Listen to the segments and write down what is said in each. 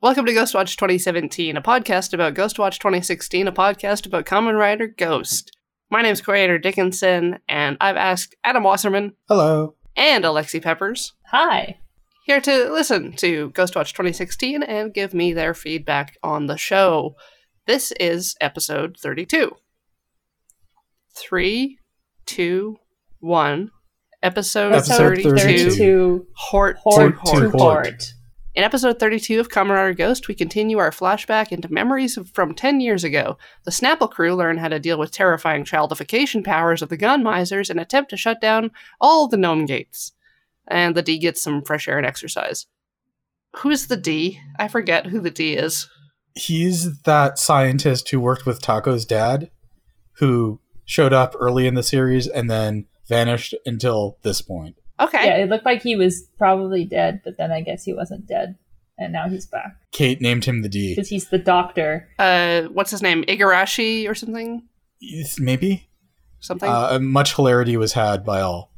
Welcome to Ghostwatch 2017, a podcast about Ghostwatch 2016, a podcast about Common Rider Ghost. My name's Creator Dickinson, and I've asked Adam Wasserman Hello. and Alexi Peppers Hi. here to listen to Ghostwatch 2016 and give me their feedback on the show. This is episode 32. Three, two, one. Episode, Episode 32, 32. Hort, Hort to to Hort. Hort. In episode 32 of Kamen Rider Ghost, we continue our flashback into memories of- from 10 years ago. The Snapple crew learn how to deal with terrifying childification powers of the Gun Misers and attempt to shut down all the gnome gates. And the D gets some fresh air and exercise. Who's the D? I forget who the D is. He's that scientist who worked with Taco's dad, who showed up early in the series and then vanished until this point. Okay. Yeah, it looked like he was probably dead, but then I guess he wasn't dead. And now he's back. Kate named him the D. Because he's the doctor. Uh, what's his name? Igarashi or something? Yes, Maybe? Something? Uh, much hilarity was had by all.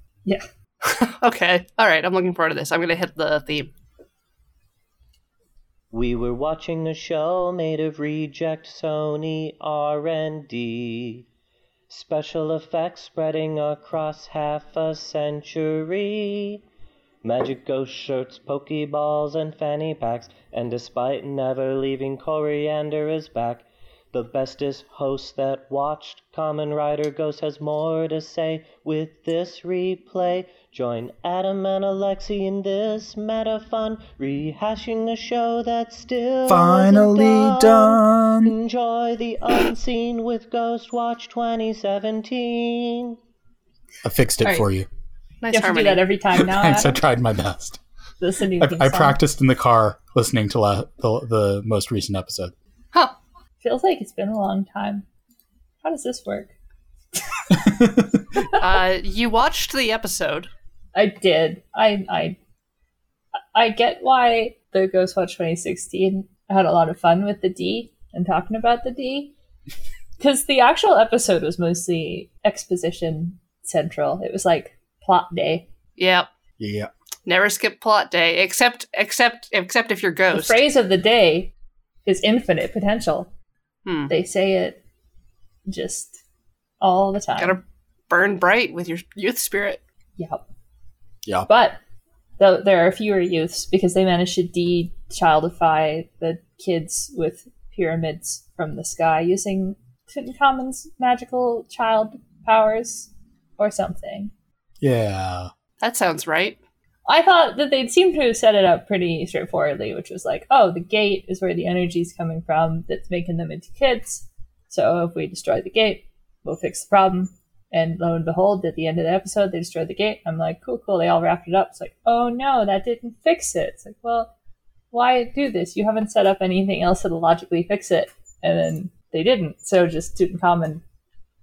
okay. All right. I'm looking forward to this. I'm going to hit the theme. We were watching a show made of reject Sony R&D. Special effects spreading across half a century. Magic ghost shirts, pokeballs, and fanny packs. And despite never leaving, Coriander is back. The bestest host that watched Common Rider Ghost has more to say with this replay. Join Adam and Alexi in this meta fun, rehashing a show that's still Finally isn't done. Enjoy the unseen with Ghost Watch 2017. I fixed it All right. for you. Nice you have harmony. to do that every time now. Thanks. I Adam. tried my best. This is a new I, theme I song. practiced in the car listening to la- the, the most recent episode. huh. Feels like it's been a long time. How does this work? Uh, you watched the episode. I did. I I I get why the Ghostwatch 2016 had a lot of fun with the D and talking about the D because the actual episode was mostly exposition central. It was like plot day. Yep. Yeah. Never skip plot day, except except except if you're The ghost. phrase of the day is infinite potential. Hmm. They say it just all the time. Gotta burn bright with your youth spirit. Yep. Yeah. But though there are fewer youths because they managed to de-childify the kids with pyramids from the sky using Tutankhamun's magical child powers or something. Yeah. That sounds right. I thought that they'd seem to have set it up pretty straightforwardly, which was like, oh, the gate is where the energy's coming from that's making them into kids. So if we destroy the gate, we'll fix the problem. And lo and behold, at the end of the episode, they destroyed the gate. I'm like, cool, cool. They all wrapped it up. It's like, oh no, that didn't fix it. It's like, well, why do this? You haven't set up anything else that'll logically fix it. And then they didn't. So just Tutankhamun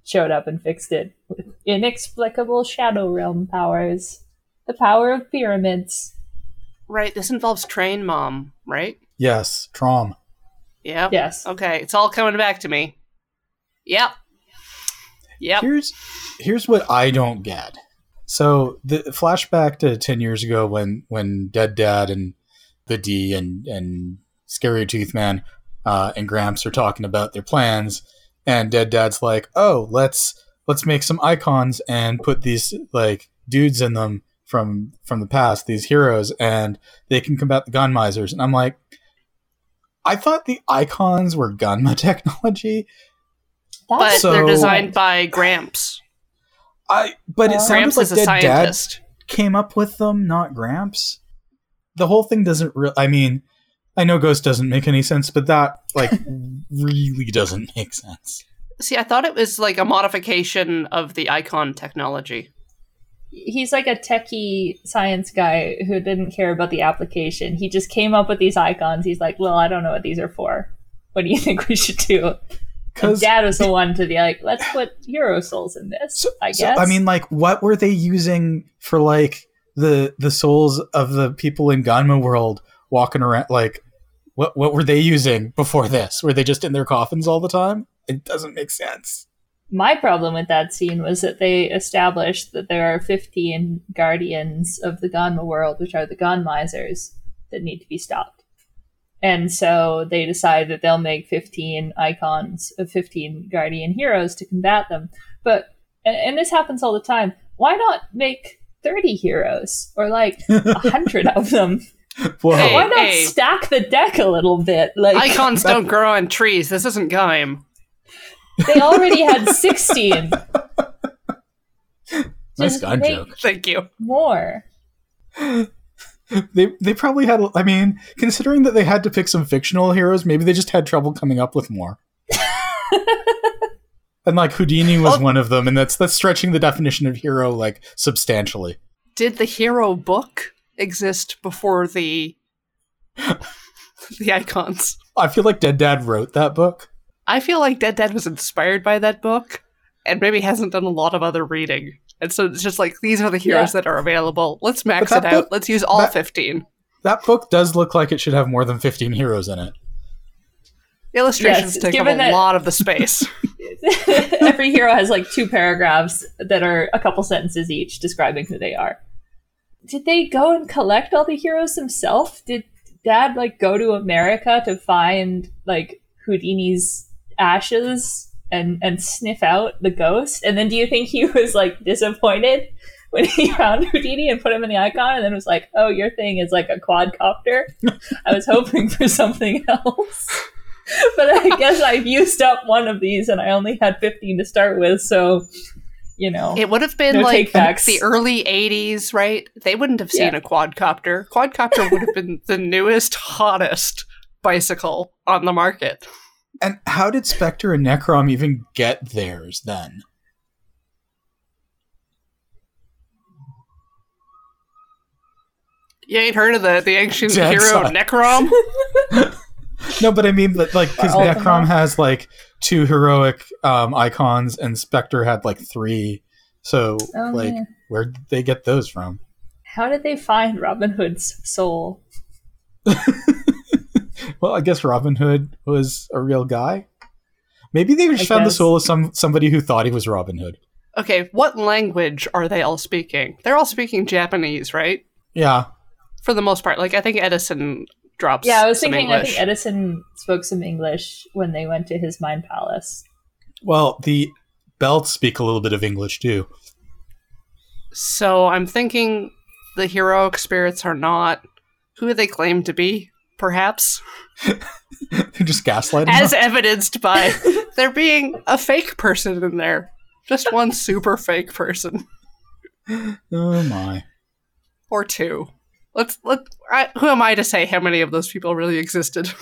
showed up and fixed it with inexplicable Shadow Realm powers the power of pyramids. Right. This involves train mom, right? Yes. Trom. Yep. Um, Yes. Okay, it's all coming back to me. Yep. Yep. Here's here's what I don't get. So the flashback to ten years ago when when Dead Dad and the D and and Scary Tooth Man uh, and Gramps are talking about their plans, and Dead Dad's like, "Oh, let's let's make some icons and put these like dudes in them from from the past, these heroes, and they can combat the gun misers." And I'm like, I thought the icons were Gunma technology. But So- they're designed by Gramps. I but it Uh, sounds Gramps like is a Dead Dad scientist. came up with them, not Gramps. The whole thing doesn't really. I mean, I know Ghost doesn't make any sense, but that like really doesn't make sense. See, I thought it was like a modification of the icon technology. he's like a techie science guy who didn't care about the application. He just came up with these icons. He's like, well, I don't know what these are for. What do you think we should do? And Because Dad was the one to be like, let's put hero souls in this. I guess. I mean, like, what were they using for like the the souls of the people in Ganma world walking around? Like, what what were they using before this? Were they just in their coffins all the time? It doesn't make sense. my problem with that scene was that they established that there are 15 guardians of the Ganma world, which are the Ganmisers, that need to be stopped. And so they decide that they'll make 15 icons of 15 guardian heroes to combat them. But, and, and this happens all the time, why not make 30 heroes or like 100 of them? Whoa. Hey. Why not stack the deck a little bit? Like, Icons don't grow on trees. This isn't Gaim. they already had 16. Nice Just gun make joke. Thank you. More. They, they probably had, I mean, considering that they had to pick some fictional heroes, maybe they just had trouble coming up with more. and like Houdini was Oh. one of them, and that's that's stretching the definition of hero like substantially. Did the hero book exist before the the icons? I feel like Dead Dad wrote that book. I feel like Dead Dad was inspired by that book and maybe hasn't done a lot of other reading. And so it's just like these are the heroes that are available. Let's max But it that out. book- Let's use all that- 15. That book does look like it should have more than 15 heroes in it. Illustrations Yes, take up given a that- lot of the space. Every hero has like two paragraphs that are a couple sentences each describing who they are. Did they go and collect all the heroes himself? Did dad like go to America to find like Houdini's ashes and and sniff out the ghost? And then do you think he was like disappointed when he found Houdini and put him in the icon and then was like, "Oh, your thing is like a quadcopter. I was hoping for something else." but I guess I've used up one of these and I only had 15 to start with, so you know. It would have been Oh. No like take-backs. the early 80s, right? They wouldn't have seen Yeah. a quadcopter. Quadcopter would have been the newest, hottest bicycle on the market. And how did Spectre and Necrom even get theirs then? You ain't heard of the, the ancient Dead hero side. Necrom? No, but I mean, but, like, because All of them Necrom are? has like two heroic um, icons, and Spectre had like three. So, Oh, like, yeah. where did they get those from? How did they find Robin Hood's soul? Well, I guess Robin Hood was a real guy. Maybe they just I found guess. the soul of some somebody who thought he was Robin Hood. Okay, what language are they all speaking? They're all speaking Japanese, right? Yeah, For the most part. Like, I think Edison drops. Yeah, I was some thinking I English. think Edison spoke some English when they went to his mind palace. Well, the belts speak a little bit of English too. so I'm thinking the heroic spirits are not who they claim to be, perhaps. They're just gaslighting. as them. evidenced by there being a fake person in there. Just one super fake person oh my! or two. Let's let. I, who am I to say how many of those people really existed?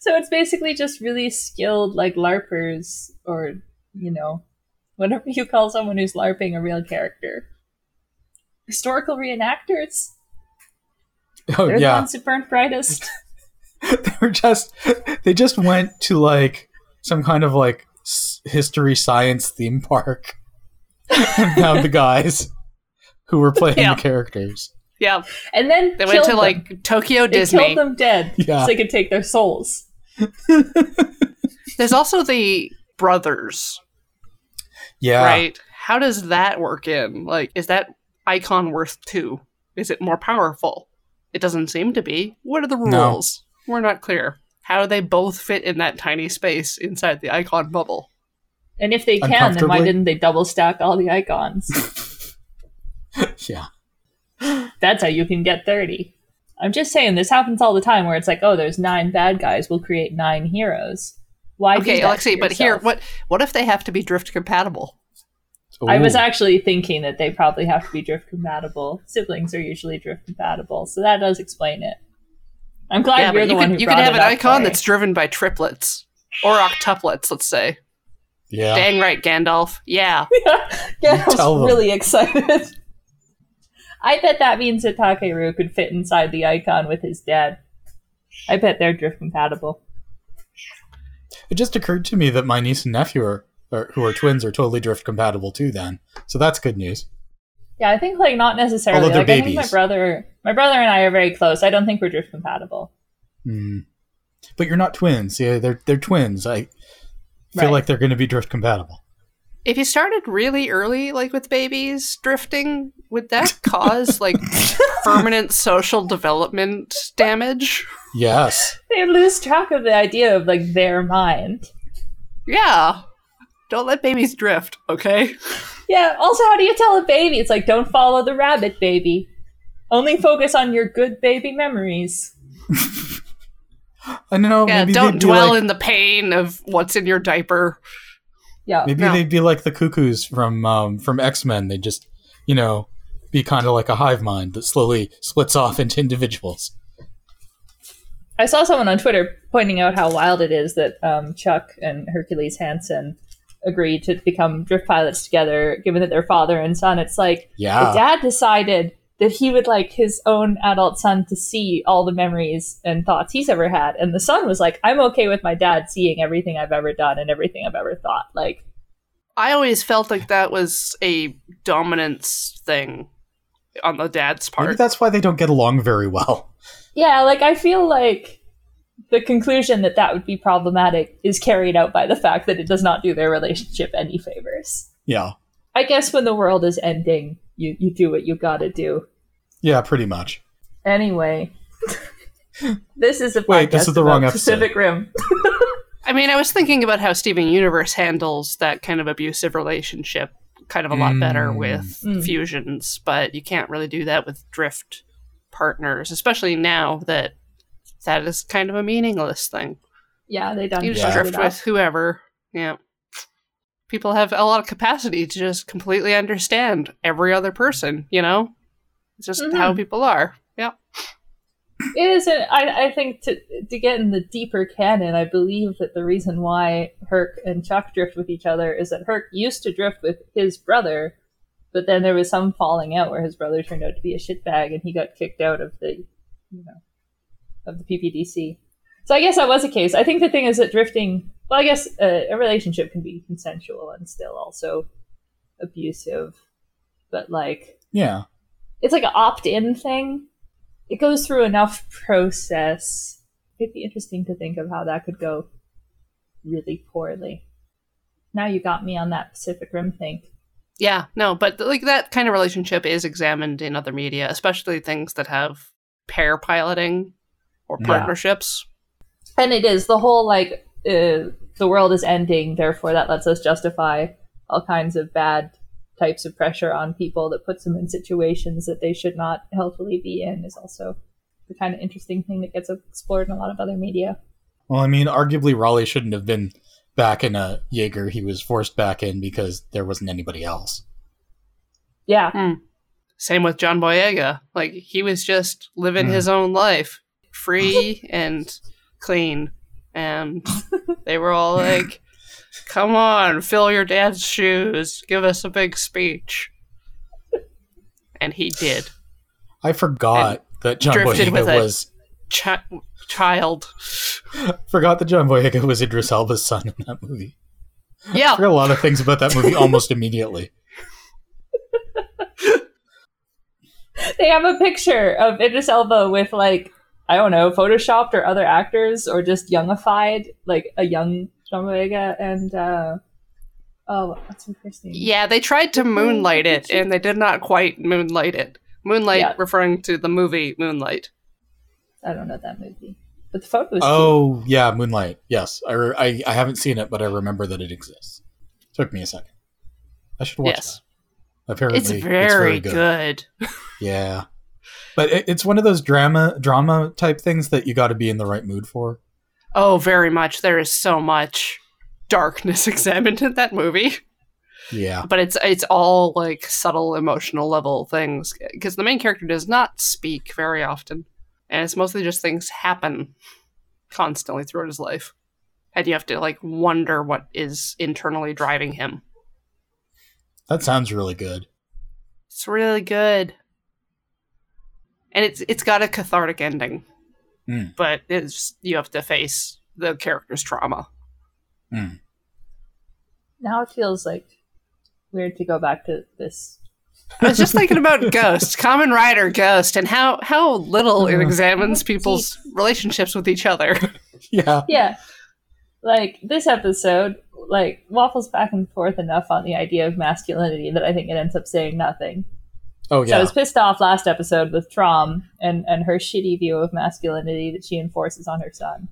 So it's basically just really skilled like LARPers or, you know, whatever you call someone who's LARPing a real character. Historical reenactors? Oh They're the yeah, ones that burnt brightest. they were just they just went to like some kind of like s- history science theme park and found the guys who were playing Yeah. the characters. Yeah, And then they went killed to them. like Tokyo they Disney. killed them dead Yeah. so they could take their souls. There's also the brothers, Yeah, right? How does that work in? Like, is that icon worth two? Is it more powerful? It doesn't seem to be. What are the No. rules? We're not clear. How do they both fit in that tiny space inside the icon bubble? And if they can, then why Uncomfortably? didn't they double stack all the icons? yeah. That's how you can get 30. I'm just saying, this happens all the time where it's like, oh, there's nine bad guys, we'll create nine heroes. Why do okay, that to Alexei, but here, yourself? what what if they have to be drift compatible? I was Ooh. actually thinking that they probably have to be drift compatible. Siblings are usually drift compatible, so that does explain it. I'm glad yeah, you're but the you one could who you brought could have it an up, icon Cory. that's driven by triplets or octuplets, let's say. yeah. Dang right, Gandalf. Yeah, yeah, I Tell was them. really excited. I bet that means that Takeru could fit inside the icon with his dad. I bet they're drift compatible. It just occurred to me that my niece and nephew are, are who are twins are totally drift compatible too. Then, so that's good news. Yeah, I think like not necessarily. Although they're like I think my babies. brother, my brother and I are very close. I don't think we're drift compatible. Hmm. But you're not twins. Yeah, they're they're twins. I feel Right. like they're going to be drift compatible. If you started really early, like with babies drifting, would that cause like permanent social development damage? Yes. They lose track of the idea of like their mind. Yeah. Don't let babies drift, okay? Yeah. Also, how do you tell a baby? It's like don't follow the rabbit, baby. Only focus on your good baby memories. I know. Yeah, maybe don't they'd be dwell like, in the pain of what's in your diaper. Yeah. Maybe Uh, no. they'd be like the cuckoos from um, from X Men. They just, you know, be kind of like a hive mind that slowly splits off into individuals. I saw someone on Twitter pointing out how wild it is that um, Chuck and Hercules Hansen agreed to become drift pilots together, given that they're father and son. It's like Yeah. the dad decided that he would like his own adult son to see all the memories and thoughts he's ever had, and the son was like, "I'm okay with my dad seeing everything I've ever done and everything I've ever thought." Like, I always felt like that was a dominance thing on the dad's Maybe part. that's why they don't get along very well. yeah, like I feel like. The conclusion that that would be problematic is carried out by the fact that it does not do their relationship any favors. Yeah. I guess when the world is ending, you, you do what you gotta do. Yeah, pretty much. Anyway, this is a Wait, this podcast is the wrong about episode. Pacific Rim. I mean, I was thinking about how Steven Universe handles that kind of abusive relationship kind of a lot better Mm. with Mm. fusions, but you can't really do that with drift partners, especially now that that is kind of a meaningless thing. Yeah, they done You just Yeah. fucked it drift up. with whoever. Yeah. People have a lot of capacity to just completely understand every other person, you know? It's just Mhm. how people are. Yeah. It isn't. I, I think to to get in the deeper canon, I believe that the reason why Herc and Chuck drift with each other is that Herc used to drift with his brother, but then there was some falling out where his brother turned out to be a shitbag and he got kicked out of the, you know, of the PPDC. So I guess that was a case. I think the thing is that drifting. Well, I guess uh, a, a relationship can be consensual and still also abusive, but like Yeah. it's like an opt-in thing. It goes through enough process. It'd be interesting to think of how that could go really poorly. Now you got me on that Pacific Rim thing. Yeah, no, but like that kind of relationship is examined in other media, especially things that have pair piloting or Yeah. partnerships. And it is the whole like uh, the world is ending, therefore that lets us justify all kinds of bad types of pressure on people that puts them in situations that they should not healthily be in is also the kind of interesting thing that gets explored in a lot of other media. Well, I mean, arguably Raleigh shouldn't have been back in a Jaeger. He was forced back in because there wasn't anybody else. Yeah. Same with John Boyega. Like he was just living Hmm. his own life, free and clean. And they were all like, come on, fill your dad's shoes, give us a big speech. And he did. I forgot that John drifted with Boyega it. was Chi- child. forgot that John Boyega was Idris Elba's son in that movie. I Yeah, forgot a lot of things about that movie almost immediately. they have a picture of Idris Elba with like I don't know, photoshopped or other actors or just youngified, like a young John Boyega and uh, oh, what's her first name? Yeah, they tried to moonlight it, and they did not quite moonlight it. Moonlight Yeah. referring to the movie Moonlight. I don't know that movie, but the photo was cute. Oh yeah, Moonlight. Yes, I, re- I I haven't seen it, but I remember that it exists. Took me a second. I should watch Yes. that. Apparently, it's very good. Yeah, but it, it's one of those drama drama type things that you got to be in the right mood for. Oh, very much. There is so much darkness examined in that movie, Yeah, but it's it's all like subtle emotional level things because the main character does not speak very often, and it's mostly just things happen constantly throughout his life, and you have to like wonder what is internally driving him. that sounds really good. It's really good. And it's it's got a cathartic ending. Hmm. Mm. But it's you have to face the character's trauma. Now it feels like weird to go back to this. I was just thinking about Ghost, Common Rider Ghost, and how, how little it Uh-huh. Mm. examines people's relationships with each other. Yeah, Yeah, like this episode like waffles back and forth enough on the idea of masculinity that I think it ends up saying nothing. Oh So I yeah, was pissed off last episode with Trom and, and her shitty view of masculinity that she enforces on her son.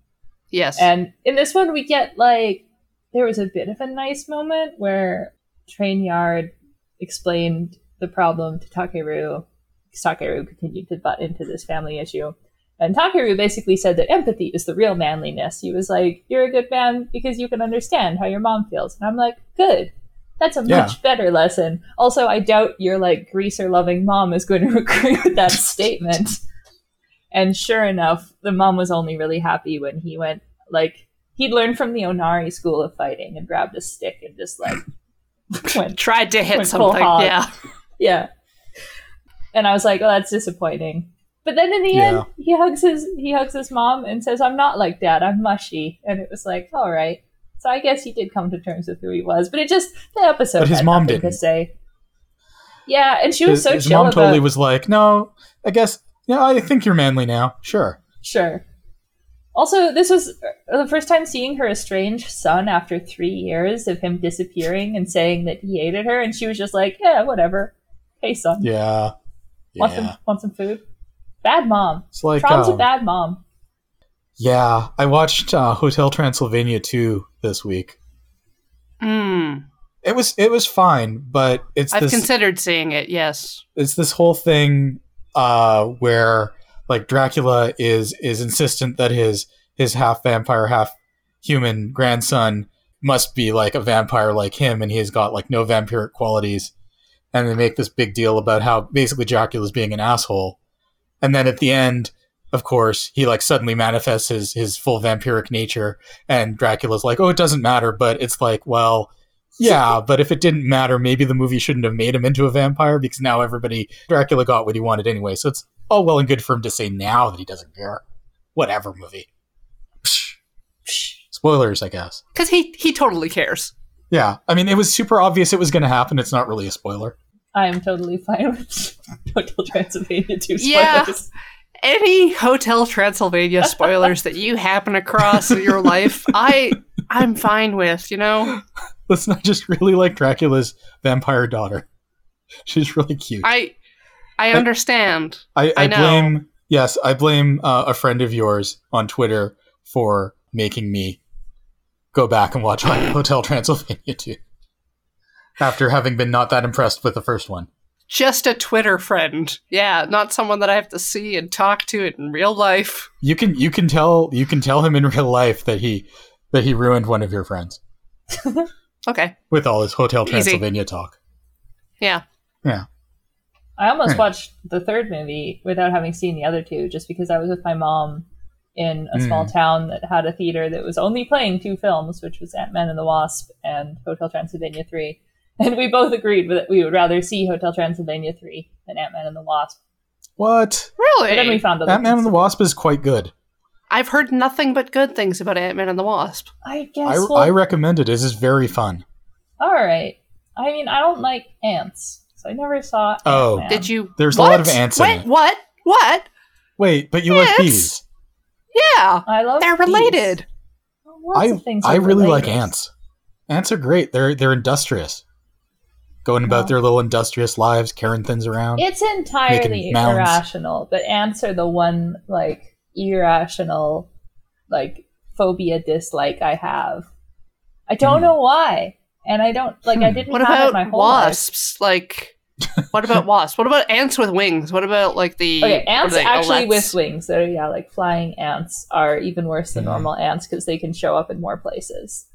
Yes. And in this one, we get like there was a bit of a nice moment where Train Yard explained the problem to Takeru. 'cause Takeru continued to butt into this family issue. And Takeru basically said that empathy is the real manliness. He was like, You're a good man because you can understand how your mom feels. And I'm like, Good. That's a Yeah. much better lesson. Also, I doubt your like greaser loving mom is going to agree with that statement. And sure enough, the mom was only really happy when he went like he'd learned from the Onari school of fighting and grabbed a stick and just like went Tried to hit went full something. hog. Yeah. yeah. And I was like, oh, that's disappointing. But then in the Yeah. end, he hugs his he hugs his mom and says, "I'm not like dad. I'm mushy." And it was like, all right. So I guess he did come to terms with who he was. But it just the episode. But his had mom nothing didn't. to say. Yeah, and she was his, so his chill mom about totally was like, "No, I guess yeah, I think you're manly now. Sure, Sure. Also, this was uh, the first time seeing her estranged son after three years of him disappearing and saying that he hated her, and she was just like, "Yeah, whatever. Hey, son, yeah, want some yeah." want some food? Bad mom. It's like Trom's a um, bad mom. yeah. I watched uh, Hotel Transylvania two this week. Mm. It was it was fine, but it's I've this considered seeing it. Yes. it's this whole thing uh, where like Dracula is is insistent that his his half vampire half human grandson must be like a vampire like him, and he's got like no vampiric qualities. And they make this big deal about how basically Dracula's being an asshole, and then at the end, of course, he like suddenly manifests his his full vampiric nature, and Dracula's like, "Oh, it doesn't matter," but it's like, well, yeah, but if it didn't matter, maybe the movie shouldn't have made him into a vampire because now everybody Dracula got what he wanted anyway. So it's all well and good for him to say now that he doesn't care. Whatever movie. Psh. Spoilers, I guess. Because he he totally cares. Yeah, I mean, it was super obvious it was going to happen. It's not really a spoiler. I am totally fine with Hotel Transylvania two Yeah. spoilers. Any Hotel Transylvania spoilers that you happen across in your life, I I'm fine with. You know, Listen, I just really like Dracula's vampire daughter. She's really cute. I I understand. I, I, I know. blame yes, I blame uh, a friend of yours on Twitter for making me go back and watch Hotel Transylvania 2 after having been not that impressed with the first one. Just a Twitter friend. Yeah, not someone that I have to see and talk to in real life. You can you can tell you can tell him in real life that he that he ruined one of your friends Okay. with all his Hotel Easy. Transylvania talk. Yeah. I almost Right. watched the third movie without having seen the other two, just because I was with my mom in a Hmm. small town that had a theater that was only playing two films, which was Ant Man and the Wasp and Hotel Transylvania 3. And we both agreed that we would rather see Hotel Transylvania 3 than Ant Man and the Wasp. What? Really? But then we found out That Man and the Wasp is quite good. I've heard nothing but good things about Ant Man and the Wasp. I I, guess. well, I recommend it. It is very fun. all right. I mean, I don't like ants, so I never saw. Oh. Ant-Man. Did you? There's a What? lot of ants in Wait, it. What? What? Wait, but you like Yes. bees. Yeah, I love. they're bees. related. Lots I of things I are really like related. ants. Ants are great. They're they're industrious. Going about Yeah. their little industrious lives, carrying things around. It's entirely Making mounds. irrational, but ants are the one like irrational like phobia dislike I have. I don't Hmm. know why. And I don't like I Hmm. didn't What have it about my whole wasps? Like, what about wasps? What about ants with wings? What about like oh, the life. Okay, what are ants they, actually with elets? wings. They're yeah, like flying ants are even worse than Yeah. normal ants because they can show up in more places.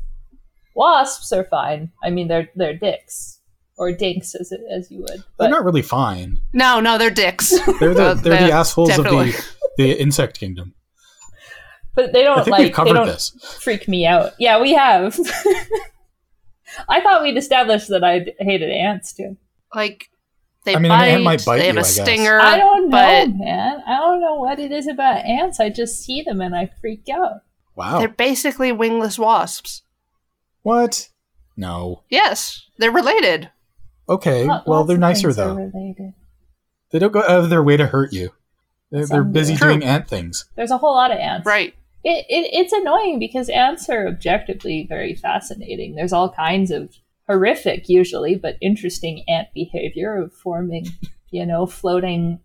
Wasps are fine. I mean they're they're dicks. Or dinks as it, as you would. they're But not really fine. No, no, they're dicks. They're the Uh, they're the that- assholes definitely. of the the insect kingdom. but they don't I think like we've they covered don't this. freak me out. Yeah, we have. I thought we'd established that I d- hated ants too. like they I mean, an bite, ant might bite They have you, a I guess. stinger. I don't know, but- man. I don't know what it is about ants. I just see them and I freak out. Wow. They're basically wingless wasps. What? No. Yes, they're related. Okay. Lot- well, lots they're of nicer things are though. related. They don't go out of their way to hurt you. They're, they're Some do. busy True. doing ant things. There's a whole lot of ants. Right. It, it, it's annoying because ants are objectively very fascinating. There's all kinds of horrific, usually, but interesting ant behavior of forming, you know, floating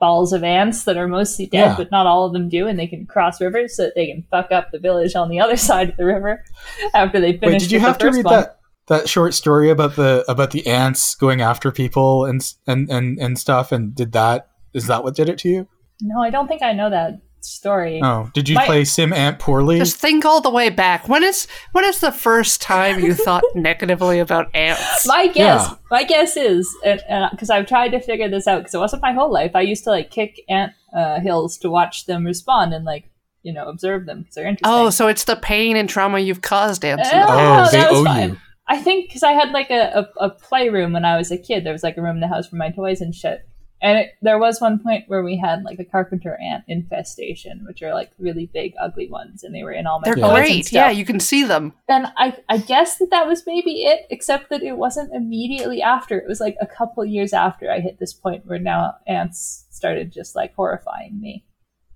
balls of ants that are mostly dead, Yeah. but not all of them do, and they can cross rivers so that they can fuck up the village on the other side of the river after they finish. Wait, did you with the have to first read one. that that short story about the about the ants going after people and s- and and and stuff? And did that is that what did it to you? No, I don't think I know that story. Oh, did you My- play Sim Ant poorly? Just think all the way back. When is when is the first time you thought negatively about ants? My guess, Yeah. my guess is, and because I've tried to figure this out, because it wasn't my whole life. I used to like kick ant uh, hills to watch them respond and like you know observe them because they're interesting. oh, so it's the pain and trauma you've caused ants. in the- Oh, oh, that they was owe fine. you. I think because I had like a, a, a playroom when I was a kid. There was like a room in the house for my toys and shit. And it, there was one point where we had like a carpenter ant infestation, which are like really big, ugly ones, and they were in all my They're toys and great. stuff. Yeah, you can see them. and I, I guess that that was maybe it, except that it wasn't immediately after. It was like a couple years after I hit this point where now ants started just like horrifying me.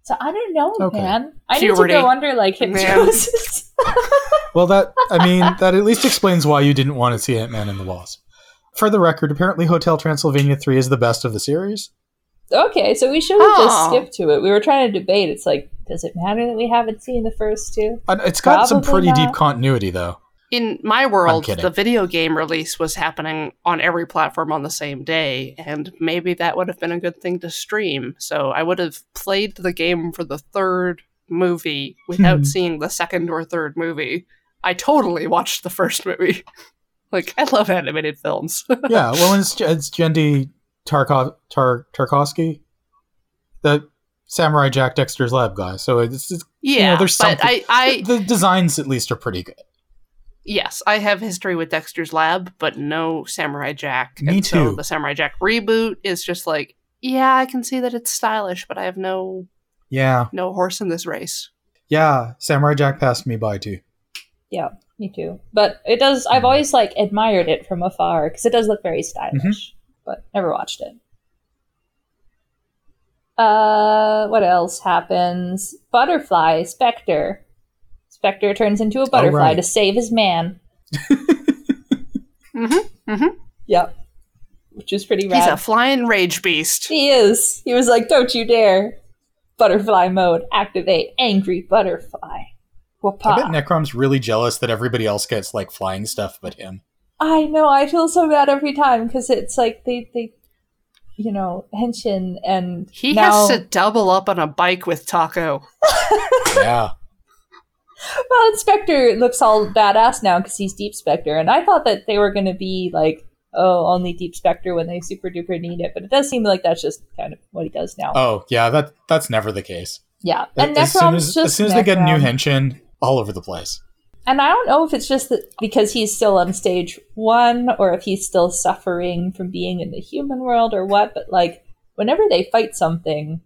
So I don't know, Okay. man. I Puberty. need to go under like Man. hypnosis. Well, that I mean that at least explains why you didn't want to see Ant Man and the Wasp. For the record, apparently Hotel Transylvania three is the best of the series. okay, so we should have Oh. just skipped to it. We were trying to debate. It's like, does it matter that we haven't seen the first two? And It's got some Probably pretty deep not. continuity though. In my world, kidding. the video game release was happening on every platform on the same day, and maybe that would have been a good thing to stream. So I would have played the game for the third movie without Hmm. seeing the second or third movie. I totally watched the first movie. Like, I love animated films. yeah, well, it's, it's Jendi Tarkov, Tar, Tarkovsky, the Samurai Jack Dexter's Lab guy. So it's, it's yeah, there's but something- I, I, the designs at least are pretty good. yes, I have history with Dexter's Lab, but no Samurai Jack. Me and So too. the Samurai Jack reboot is just like, yeah, I can see that it's stylish, but I have no Yeah, no horse in this race. yeah. Samurai Jack passed me by too. Yeah, me too. But it does. I've always like admired it from afar because it does look very stylish, but never watched it. Uh, what else happens? Butterfly Spectre. Spectre turns into a butterfly right. to save his man. Mm-hmm. Mm-hmm. Yep, which is pretty He's rad. a flying rage beast. he is. He was like, "Don't you dare!" Butterfly mode activate. Angry butterfly. Wapa. I bet Necrom's really jealous that everybody else gets like flying stuff but him. I know. I feel so bad every time because it's like they, they, you know, henshin and He now, has to double up on a bike with Taco. Yeah, Well, Inspector looks all badass now because he's Deep Spectre, and I thought that they were going to be like, oh, only Deep Spectre when they super duper need it, but it does seem like that's just kind of what he does now. oh yeah. That that's never the case. yeah, and as Necrom's soon as, just as soon as they get a new Necrom. henshin, all over the place. And I don't know if it's just that because he's still on stage one or if he's still suffering from being in the human world or what, but like whenever they fight something,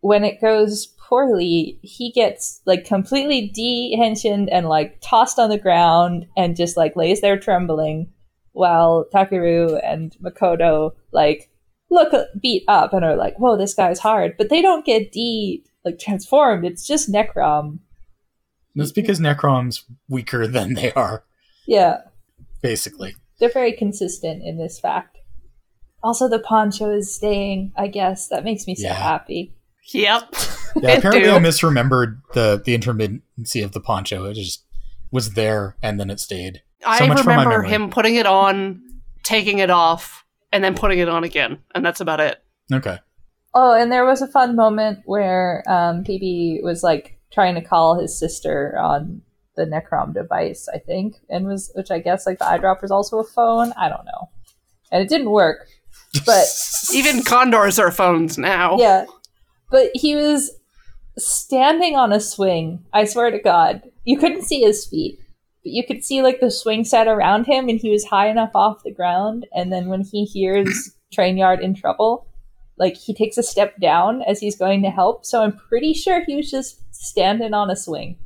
when it goes poorly, he gets like completely dehensioned and like tossed on the ground and just like lays there trembling while Takeru and Makoto like look beat up and are like, whoa, this guy's hard. But they don't get de like transformed. It's just Necrom. That's Mm-hmm. because Necrom's weaker than they are, Yeah. basically. they're very consistent in this fact. Also, the poncho is staying. I guess that makes me so Yeah. happy. Yep. Yeah, It apparently do. I misremembered the the intermittency of the poncho. It just was there and then it stayed. I much for my remember memory. him putting it on, taking it off, and then putting it on again, and that's about it. Okay. Oh, and there was a fun moment where um, PB was like trying to call his sister on the Necrom device, I think, and was which I guess like the eyedropper's also a phone. I don't know, and it didn't work, but Even condors are phones now. Yeah. But he was standing on a swing. I swear to God. You couldn't see his feet, but you could see like the swing set around him, and he was high enough off the ground. And then when he hears train yard in trouble, like he takes a step down as he's going to help. So I'm pretty sure he was just standing on a swing,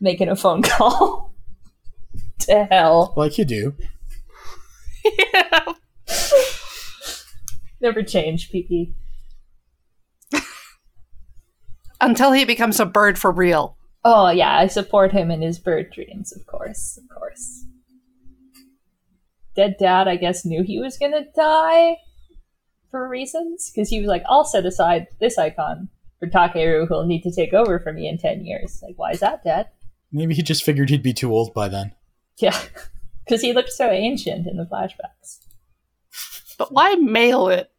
making a phone call. to hell. like you do. Never change, PP. until he becomes a bird for real. Oh yeah, I support him in his bird dreams, of course, of course. Dead dad, I guess, knew he was gonna die for reasons because he was like, "I'll set aside this icon for Takeru, who'll need to take over for me in ten years." Like, why is that, Dad? Maybe he just figured he'd be too old by then. Yeah, because he looked so ancient in the flashbacks. But why mail it?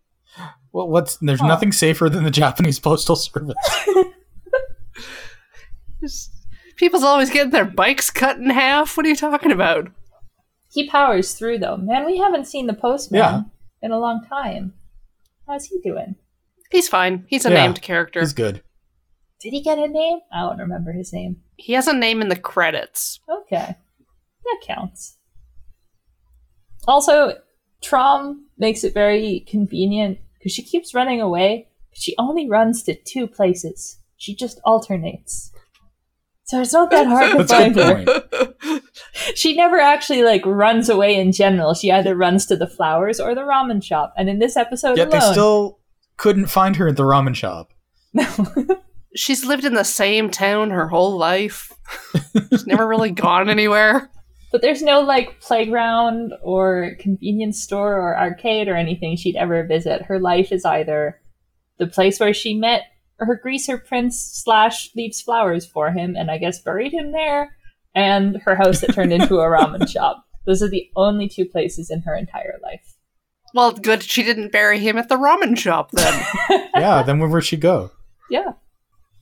Well, what's there's Huh. nothing safer than the Japanese postal service. Just- People's always getting their bikes cut in half. What are you talking about? He powers through though, man. We haven't seen the postman Yeah. in a long time. How's he doing? He's fine. He's a Yeah, named character. He's good. Did he get a name? I don't remember his name. He has a name in the credits. Okay, that counts. Also, Trom makes it very convenient because she keeps running away, but she only runs to two places. She just alternates. So it's not that hard to That's a find good her. point. she never actually like runs away in general. She either runs to the flowers or the ramen shop. And in this episode Yet they alone, still couldn't find her at the ramen shop. She's lived in the same town her whole life. She's never really gone anywhere. but there's no like playground or convenience store or arcade or anything she'd ever visit. Her life is either the place where she met her greaser prince slash leaves flowers for him, and I guess buried him there, and her house that turned into a ramen shop. Those are the only two places in her entire life. Well, good she didn't bury him at the ramen shop then. Yeah, then where would she go? Yeah.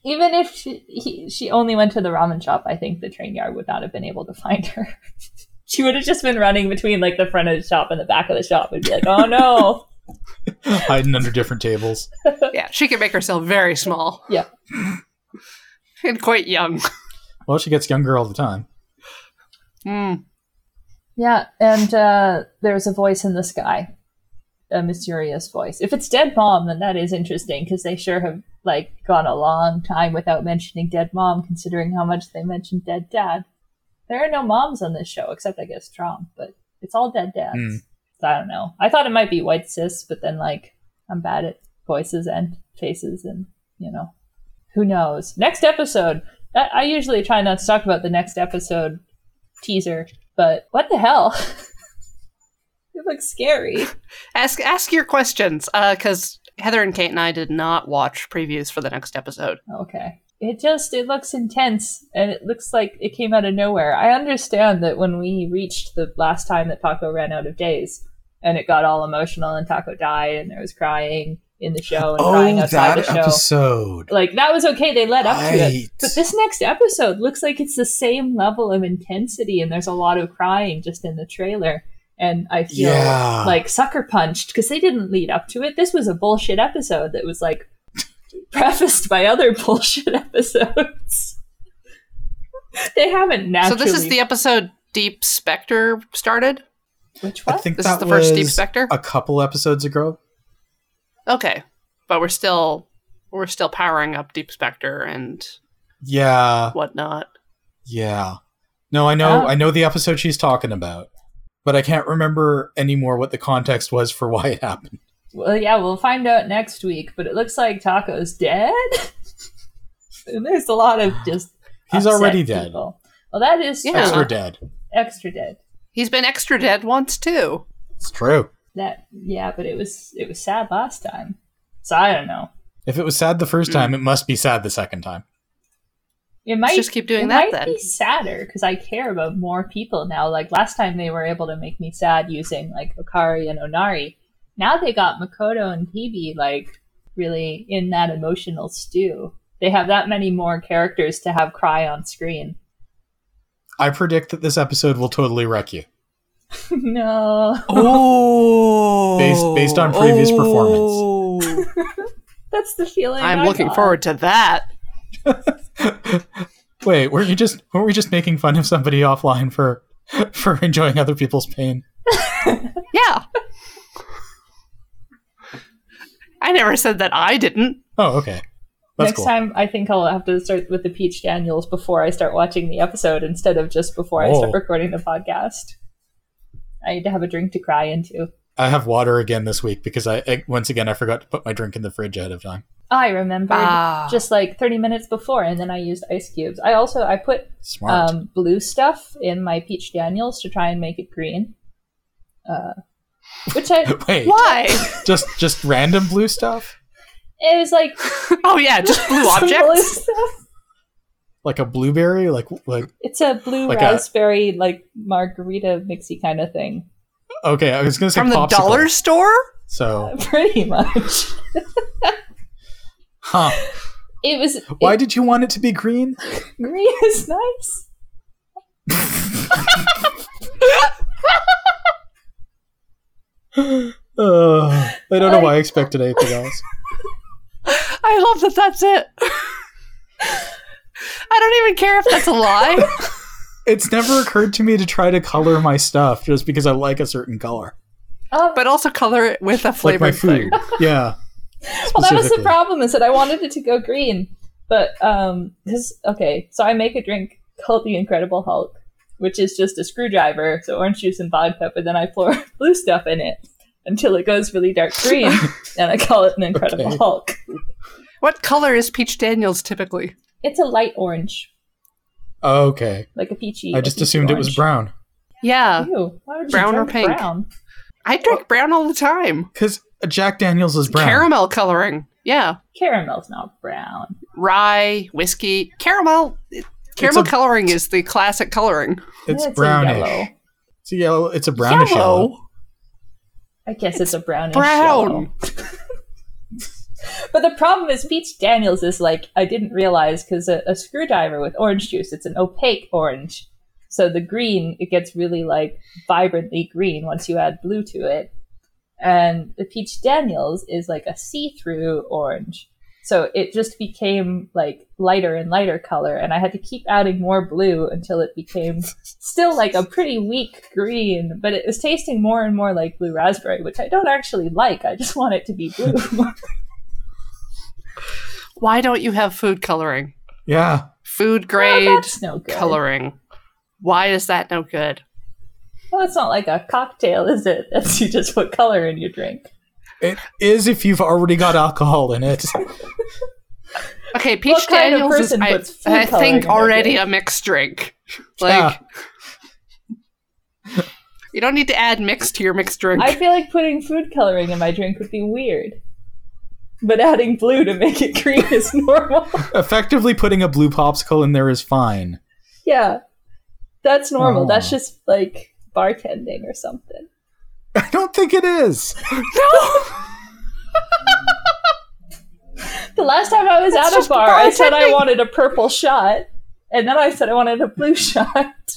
Even if she he, she only went to the ramen shop, I think the train yard would not have been able to find her. she would have just been running between like the front of the shop and the back of the shop and be like, "Oh no." Hiding under different tables. yeah, she can make herself very small. Yeah. And quite young. Well, she gets younger all the time. Hmm. yeah, and uh, there's a voice in the sky. A mysterious voice. If it's Dead Mom, then that is interesting because they sure have like gone a long time without mentioning Dead Mom considering how much they mentioned Dead Dad. There are no moms on this show except I guess Trom, but it's all dead dads. Hmm. So I don't know. I thought it might be white cis, but then like I'm bad at voices and faces, and you know, who knows? Next episode. I, I usually try not to talk about the next episode teaser, but what the hell? it looks scary. Ask ask your questions, because Heather and Kate and I did not watch previews for the next episode. Okay. It just it looks intense and it looks like it came out of nowhere. I understand that when we reached the last time that Taco ran out of days and it got all emotional and Taco died and there was crying in the show Oh, and crying outside the show. episode. Like that was okay, they led up to it. Right. But this next episode looks like it's the same level of intensity and there's a lot of crying just in the trailer. And I feel Yeah. like sucker punched because they didn't lead up to it. This was a bullshit episode that was like prefaced by other bullshit episodes. they haven't so naturally. this is the episode Deep Spectre started. which I one? think This that is the first Deep was Spectre. a couple episodes ago. Okay, but we're still we're still powering up Deep Spectre and Yeah, whatnot. yeah. No, I know, Oh. I know the episode she's talking about, but I can't remember anymore what the context was for why it happened. Well, yeah, we'll find out next week. But it looks like Taco's dead. and there's a lot of just. He's upset already dead. people. Well, that is Yeah. true. Extra dead. extra dead. He's been extra dead once too. It's true. That yeah, but it was it was sad last time. So I don't know. If it was sad the first time, it must be sad the second time. It might just keep doing it that Might then. be sadder because I care about more people now. Like last time, they were able to make me sad using like Okari and Onari. Now they got Makoto and Phoebe like really in that emotional stew. They have that many more characters to have cry on screen. I predict that this episode will totally wreck you no, Oh, Based- based on previous performance. that's the feeling. Oh. I'm I looking got. forward to that. Wait, weren't you just weren't we just making fun of somebody offline for for enjoying other people's pain? Yeah. I never said that I didn't. Oh, okay. That's Next cool. time, I think I'll have to start with the Peach Daniels before I start watching the episode instead of just before I start Oh. recording the podcast. I need to have a drink to cry into. I have water again this week because I, I once again I forgot to put my drink in the fridge ahead of time. I remembered Ah. just like 30 minutes before, and then I used ice cubes. I also I put Smart. um, blue stuff in my peach Daniels to try and make it green, uh, which I Wait, Why? just just random blue stuff, it was like oh yeah, just blue some blue objects. stuff. like a blueberry, like like. It's a blue Like a- raspberry like margarita mixy kind of thing, Okay, I was gonna say From the popsicle. dollar store? So, pretty much. huh? It was Why it- did you want it to be green? green is nice. Uh, I don't know I- why I expected anything else. I love that that's it. I don't even care if that's a lie. It's never occurred to me to try to color my stuff just because I like a certain color, Um, but also color it with a like my flavored thing. food. Yeah. well, that was the specifically. problem is that I wanted it to go green, but um, this okay. So I make a drink called the Incredible Hulk, which is just a screwdriver, so orange juice and vodka, but then I pour blue stuff in it until it goes really dark green, and I call it an Incredible Okay. Hulk. What color is Peach Daniels typically? It's a light orange, Oh, Okay. like a peachy. I a just peachy assumed it was orange. brown Yeah. Ew, why would you Brown or drink pink? Brown? I drink brown all the time. because Jack Daniels is brown. Caramel coloring. Yeah. Caramel's not brown. Rye, whiskey, caramel. Caramel a- coloring is the classic coloring. It's, a brownish. yellow. It's a yellow. It's a brownish yellow. Yellow. I guess it's, a brownish yellow. Brown. But the problem is Peach Daniels is like I didn't realize because a, a screwdriver with orange juice, it's an opaque orange. So the green, it gets really like vibrantly green once you add blue to it. And the Peach Daniels is like a see-through orange. So it just became like lighter and lighter color and I had to keep adding more blue until it became still like a pretty weak green, but it was tasting more and more like blue raspberry, which I don't actually like. I just want it to be blue. Why don't you have food coloring? Yeah. Food Well, grade Oh, that's no good. coloring. Why is that no good? Well, it's not like a cocktail, is it? That's you just put color in your drink. It is if you've already got alcohol in it. Okay, Peach What kind of Daniels is, person I, puts food I coloring in think, their already drink? a mixed drink. Like, you don't need to add mixed to your mixed drink. I feel like putting food coloring in my drink would be weird. But adding blue to make it green is normal. Effectively putting a blue popsicle in there is fine. yeah. That's normal. Oh. That's just like bartending or something. I don't think it is. no! The last time I was That's at a just bar, I said I bartending. wanted a purple shot, and then I said I wanted a blue shot.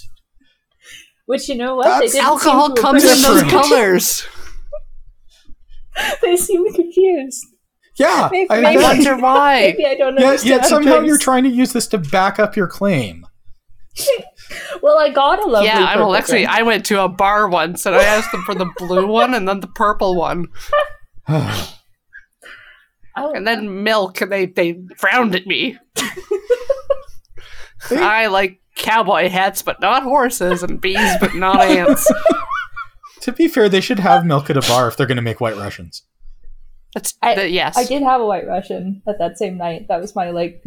Which you know what? That's- didn't seem Alcohol to comes in those different. appreciate. colors. they seem confused. Yeah. Maybe- I, I Maybe- that- wonder why. Maybe I don't yet, understand. yet somehow drinks. you're trying to use this to back up your claim. Well, I got a lovely. Yeah, I'm purple Alexi. drink. I went to a bar once and I asked them for the blue one and then the purple one Oh, and then milk and they, they frowned at me. I like cowboy hats but not horses and bees but not ants. to be fair, they should have milk at a bar if they're going to make White Russians. That's I- that- yes. I did have a White Russian at that same night. That was my like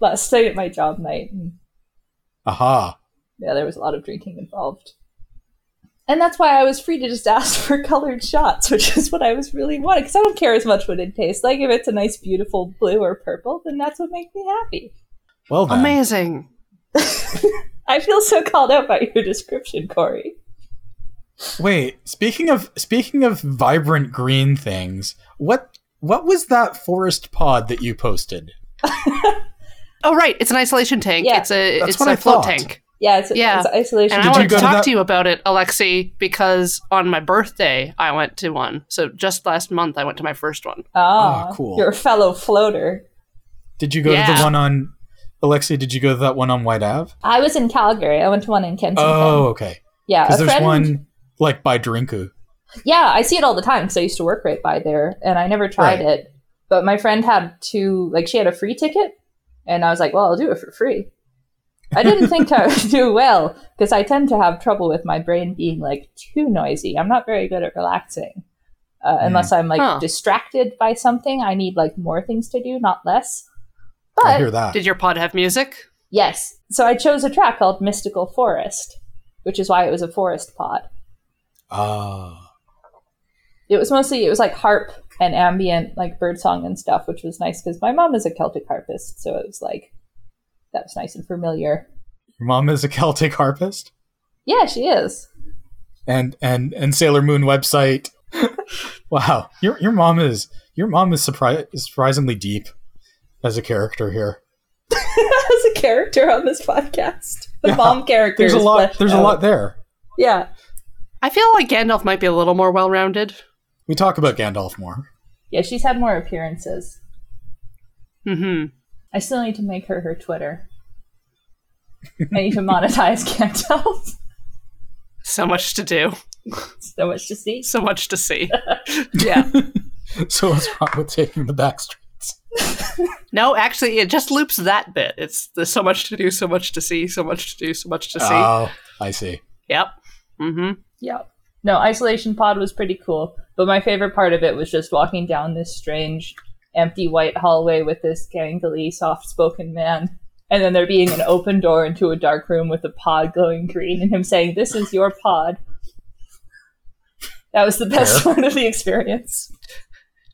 last night at my job night. And, Aha. yeah, there was a lot of drinking involved, and that's why I was free to just ask for colored shots, which is what I was really wanting. Because I don't care as much what it tastes like. If it's a nice, beautiful blue or purple, then that's what makes me happy. Oh, Well then. Amazing. I feel so called out by your description, Corey. Wait, speaking of speaking of vibrant green things, what what was that forest pod that you posted? Oh right, it's an isolation tank. Yeah. It's a That's it's what a I float thought. tank. Yeah, it's, Yeah. it's isolation. And Did I you wanted to go to talk that- to you about it, Alexi, because on my birthday I went to one. So just last month I went to my first one. Ah, Ah, cool. You're a fellow floater. Did you go to Yeah. the one on Alexia, did you go to that one on White Ave? I was in Calgary. I went to one in Kensington. Oh, okay. yeah, Because a there's friend. one like by Drinku. Yeah, I see it all the time because I used to work right by there, and I never tried Right. it. But my friend had two, like she had a free ticket, and I was like, "Well, I'll do it for free." I didn't think I would do well because I tend to have trouble with my brain being like too noisy. I'm not very good at relaxing. Uh, Mm. Unless I'm like Huh. distracted by something, I need like more things to do, not less. I But hear that. Did your pod have music? yes, so I chose a track called Mystical Forest, which is why it was a forest pod. Ah, It was mostly it was like harp and ambient like birdsong and stuff, which was nice because my mom is a Celtic harpist, so it was like that was nice and familiar. your mom is a Celtic harpist, Yeah, she is. and and and Sailor Moon website. wow, your your mom is your mom is surpri- is surprisingly deep as a character here. As a character on this podcast, the Yeah, mom character. There's a is lot. fleshed There's a out. lot there. Yeah, I feel like Gandalf might be a little more well rounded. We talk about Gandalf more. yeah, she's had more appearances. hmm I still need to make her her Twitter. I need to monetize Gandalf. So much to do, so much to see. so much to see. Yeah. So what's wrong with taking the back street? No, actually, it just loops that bit. It's there's so much to do, so much to see, so much to do, so much to see. Oh, I see. yep. Mm-hmm. yeah. No, Isolation Pod was pretty cool, but my favorite part of it was just walking down this strange, empty white hallway with this gangly, soft spoken man. And then there being an open door into a dark room with a pod glowing green and him saying, This is your pod. That was the best Fair. part of the experience.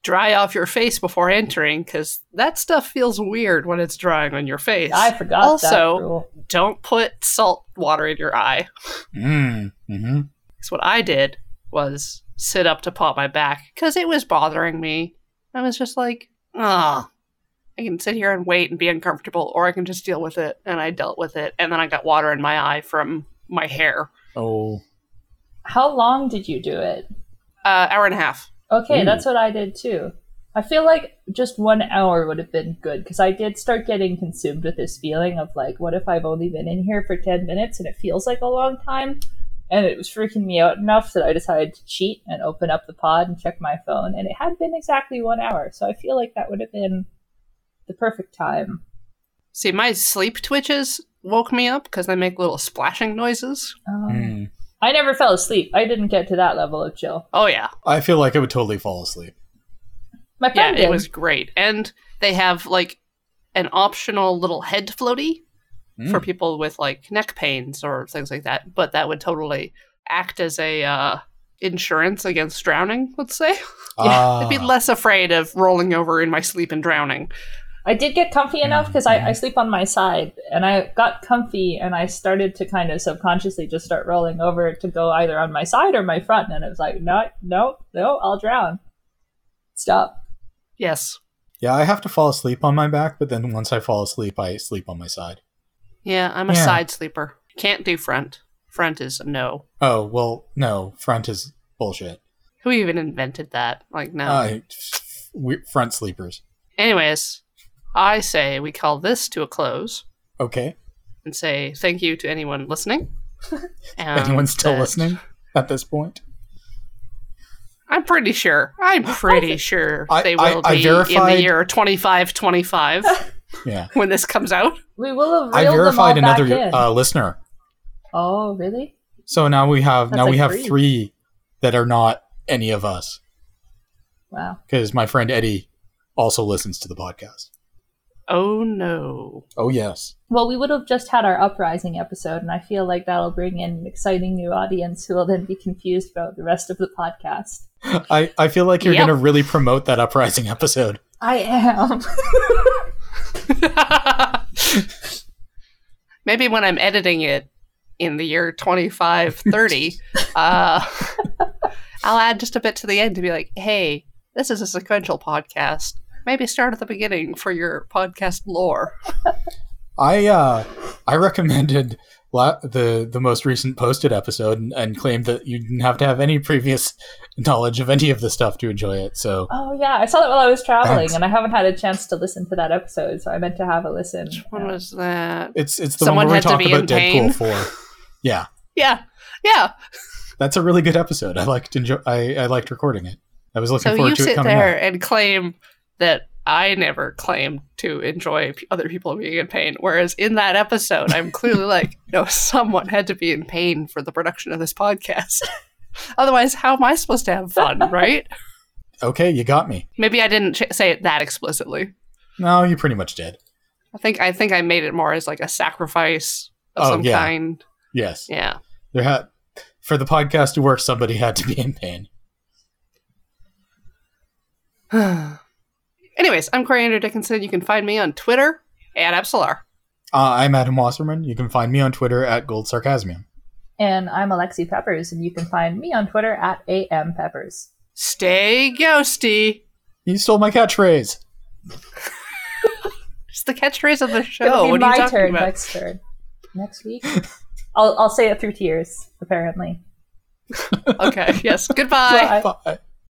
Dry off your face before entering, because that stuff feels weird when it's drying on your face. I forgot that Also- rule. Don't put salt water in your eye. Mm, mm-hmm. hmm Because what I did was sit up to pat my back because it was bothering me. I was just like, ah, I can sit here and wait and be uncomfortable, or I can just deal with it. And I dealt with it, and then I got water in my eye from my hair. Oh, How long did you do it? Uh, hour and a half. Okay, Ooh. that's what I did too. I feel like just one hour would have been good because I did start getting consumed with this feeling of like, what if I've only been in here for 10 minutes and it feels like a long time? And it was freaking me out enough that I decided to cheat and open up the pod and check my phone. And it had been exactly one hour, so I feel like that would have been the perfect time. See, my sleep twitches woke me up because they make little splashing noises. Um, Hmm. Mm. I never fell asleep. I didn't get to that level of chill. Oh, yeah. I feel like I would totally fall asleep. My Yeah, friend it did. was great. And they have like an optional little head floaty Mm. for people with like neck pains or things like that. But that would totally act as a uh, insurance against drowning. Let's say Ah, I'd be less afraid of rolling over in my sleep and drowning. I did get comfy enough because I, I sleep on my side and I got comfy and I started to kind of subconsciously just start rolling over to go either on my side or my front. And it was like, no, no, no, I'll drown. Stop. Yes. yeah, I have to fall asleep on my back, but then once I fall asleep, I sleep on my side. Yeah, I'm a Yeah. side sleeper. Can't do front. Front is a no. Oh well, no, front is bullshit. Who even invented that? Like no. I- we- front sleepers. Anyways, I say we call this to a close Okay, and say thank you to anyone listening. And anyone still that- listening at this point? I'm pretty sure. I'm pretty sure I- they I- will I be in verified- the year 2525 Yeah, when this comes out. We will have I reeled verified them all another back in. uh, listener. oh, really? So now we have That's now like we have three. three that are not any of us Wow. because my friend Eddie also listens to the podcast. Oh no. Oh yes, Well, we would have just had our uprising episode, and I feel like that'll bring in an exciting new audience who will then be confused about the rest of the podcast. I I feel like you're Yep. gonna really promote that uprising episode. I am. Maybe when I'm editing it in the year 2530, uh, I'll add just a bit to the end to be like, hey, this is a sequential podcast. Maybe start at the beginning for your podcast lore. I uh I recommended la- the the most recent posted episode and, and claimed that you didn't have to have any previous knowledge of any of the stuff to enjoy it. So Oh yeah, I saw that while I was traveling, Thanks. and I haven't had a chance to listen to that episode, so I meant to have a listen. Which one was that? it's it's the Someone one where we had to talk be about in Deadpool pain. four. Yeah, Yeah. Yeah. that's a really good episode. I liked enjoy- I I liked recording it. I was looking So forward you to it sit coming there out. and claim that I never claimed to enjoy p- other people being in pain, whereas in that episode, I'm clearly like, no, someone had to be in pain for the production of this podcast. Otherwise, how am I supposed to have fun, right? okay, you got me. Maybe I didn't ch- say it that explicitly. No, you pretty much did. I think I think I made it more as like a sacrifice of Oh, some yeah. kind. Yes. Yeah. There had for the podcast to work, somebody had to be in pain. Anyways, I'm Coriander Dickinson. You can find me on Twitter at Epsilar. Uh, I'm Adam Wasserman. You can find me on Twitter at Gold Sarcasmium. And I'm Alexi Peppers, and you can find me on Twitter at AM Peppers. Stay ghosty. You stole my catchphrase. It's the catchphrase of the It'll show. be What are my you talking turn about? next turn. Next week. I'll, I'll say it through tears, apparently. Okay. Yes. Goodbye. Bye. Bye.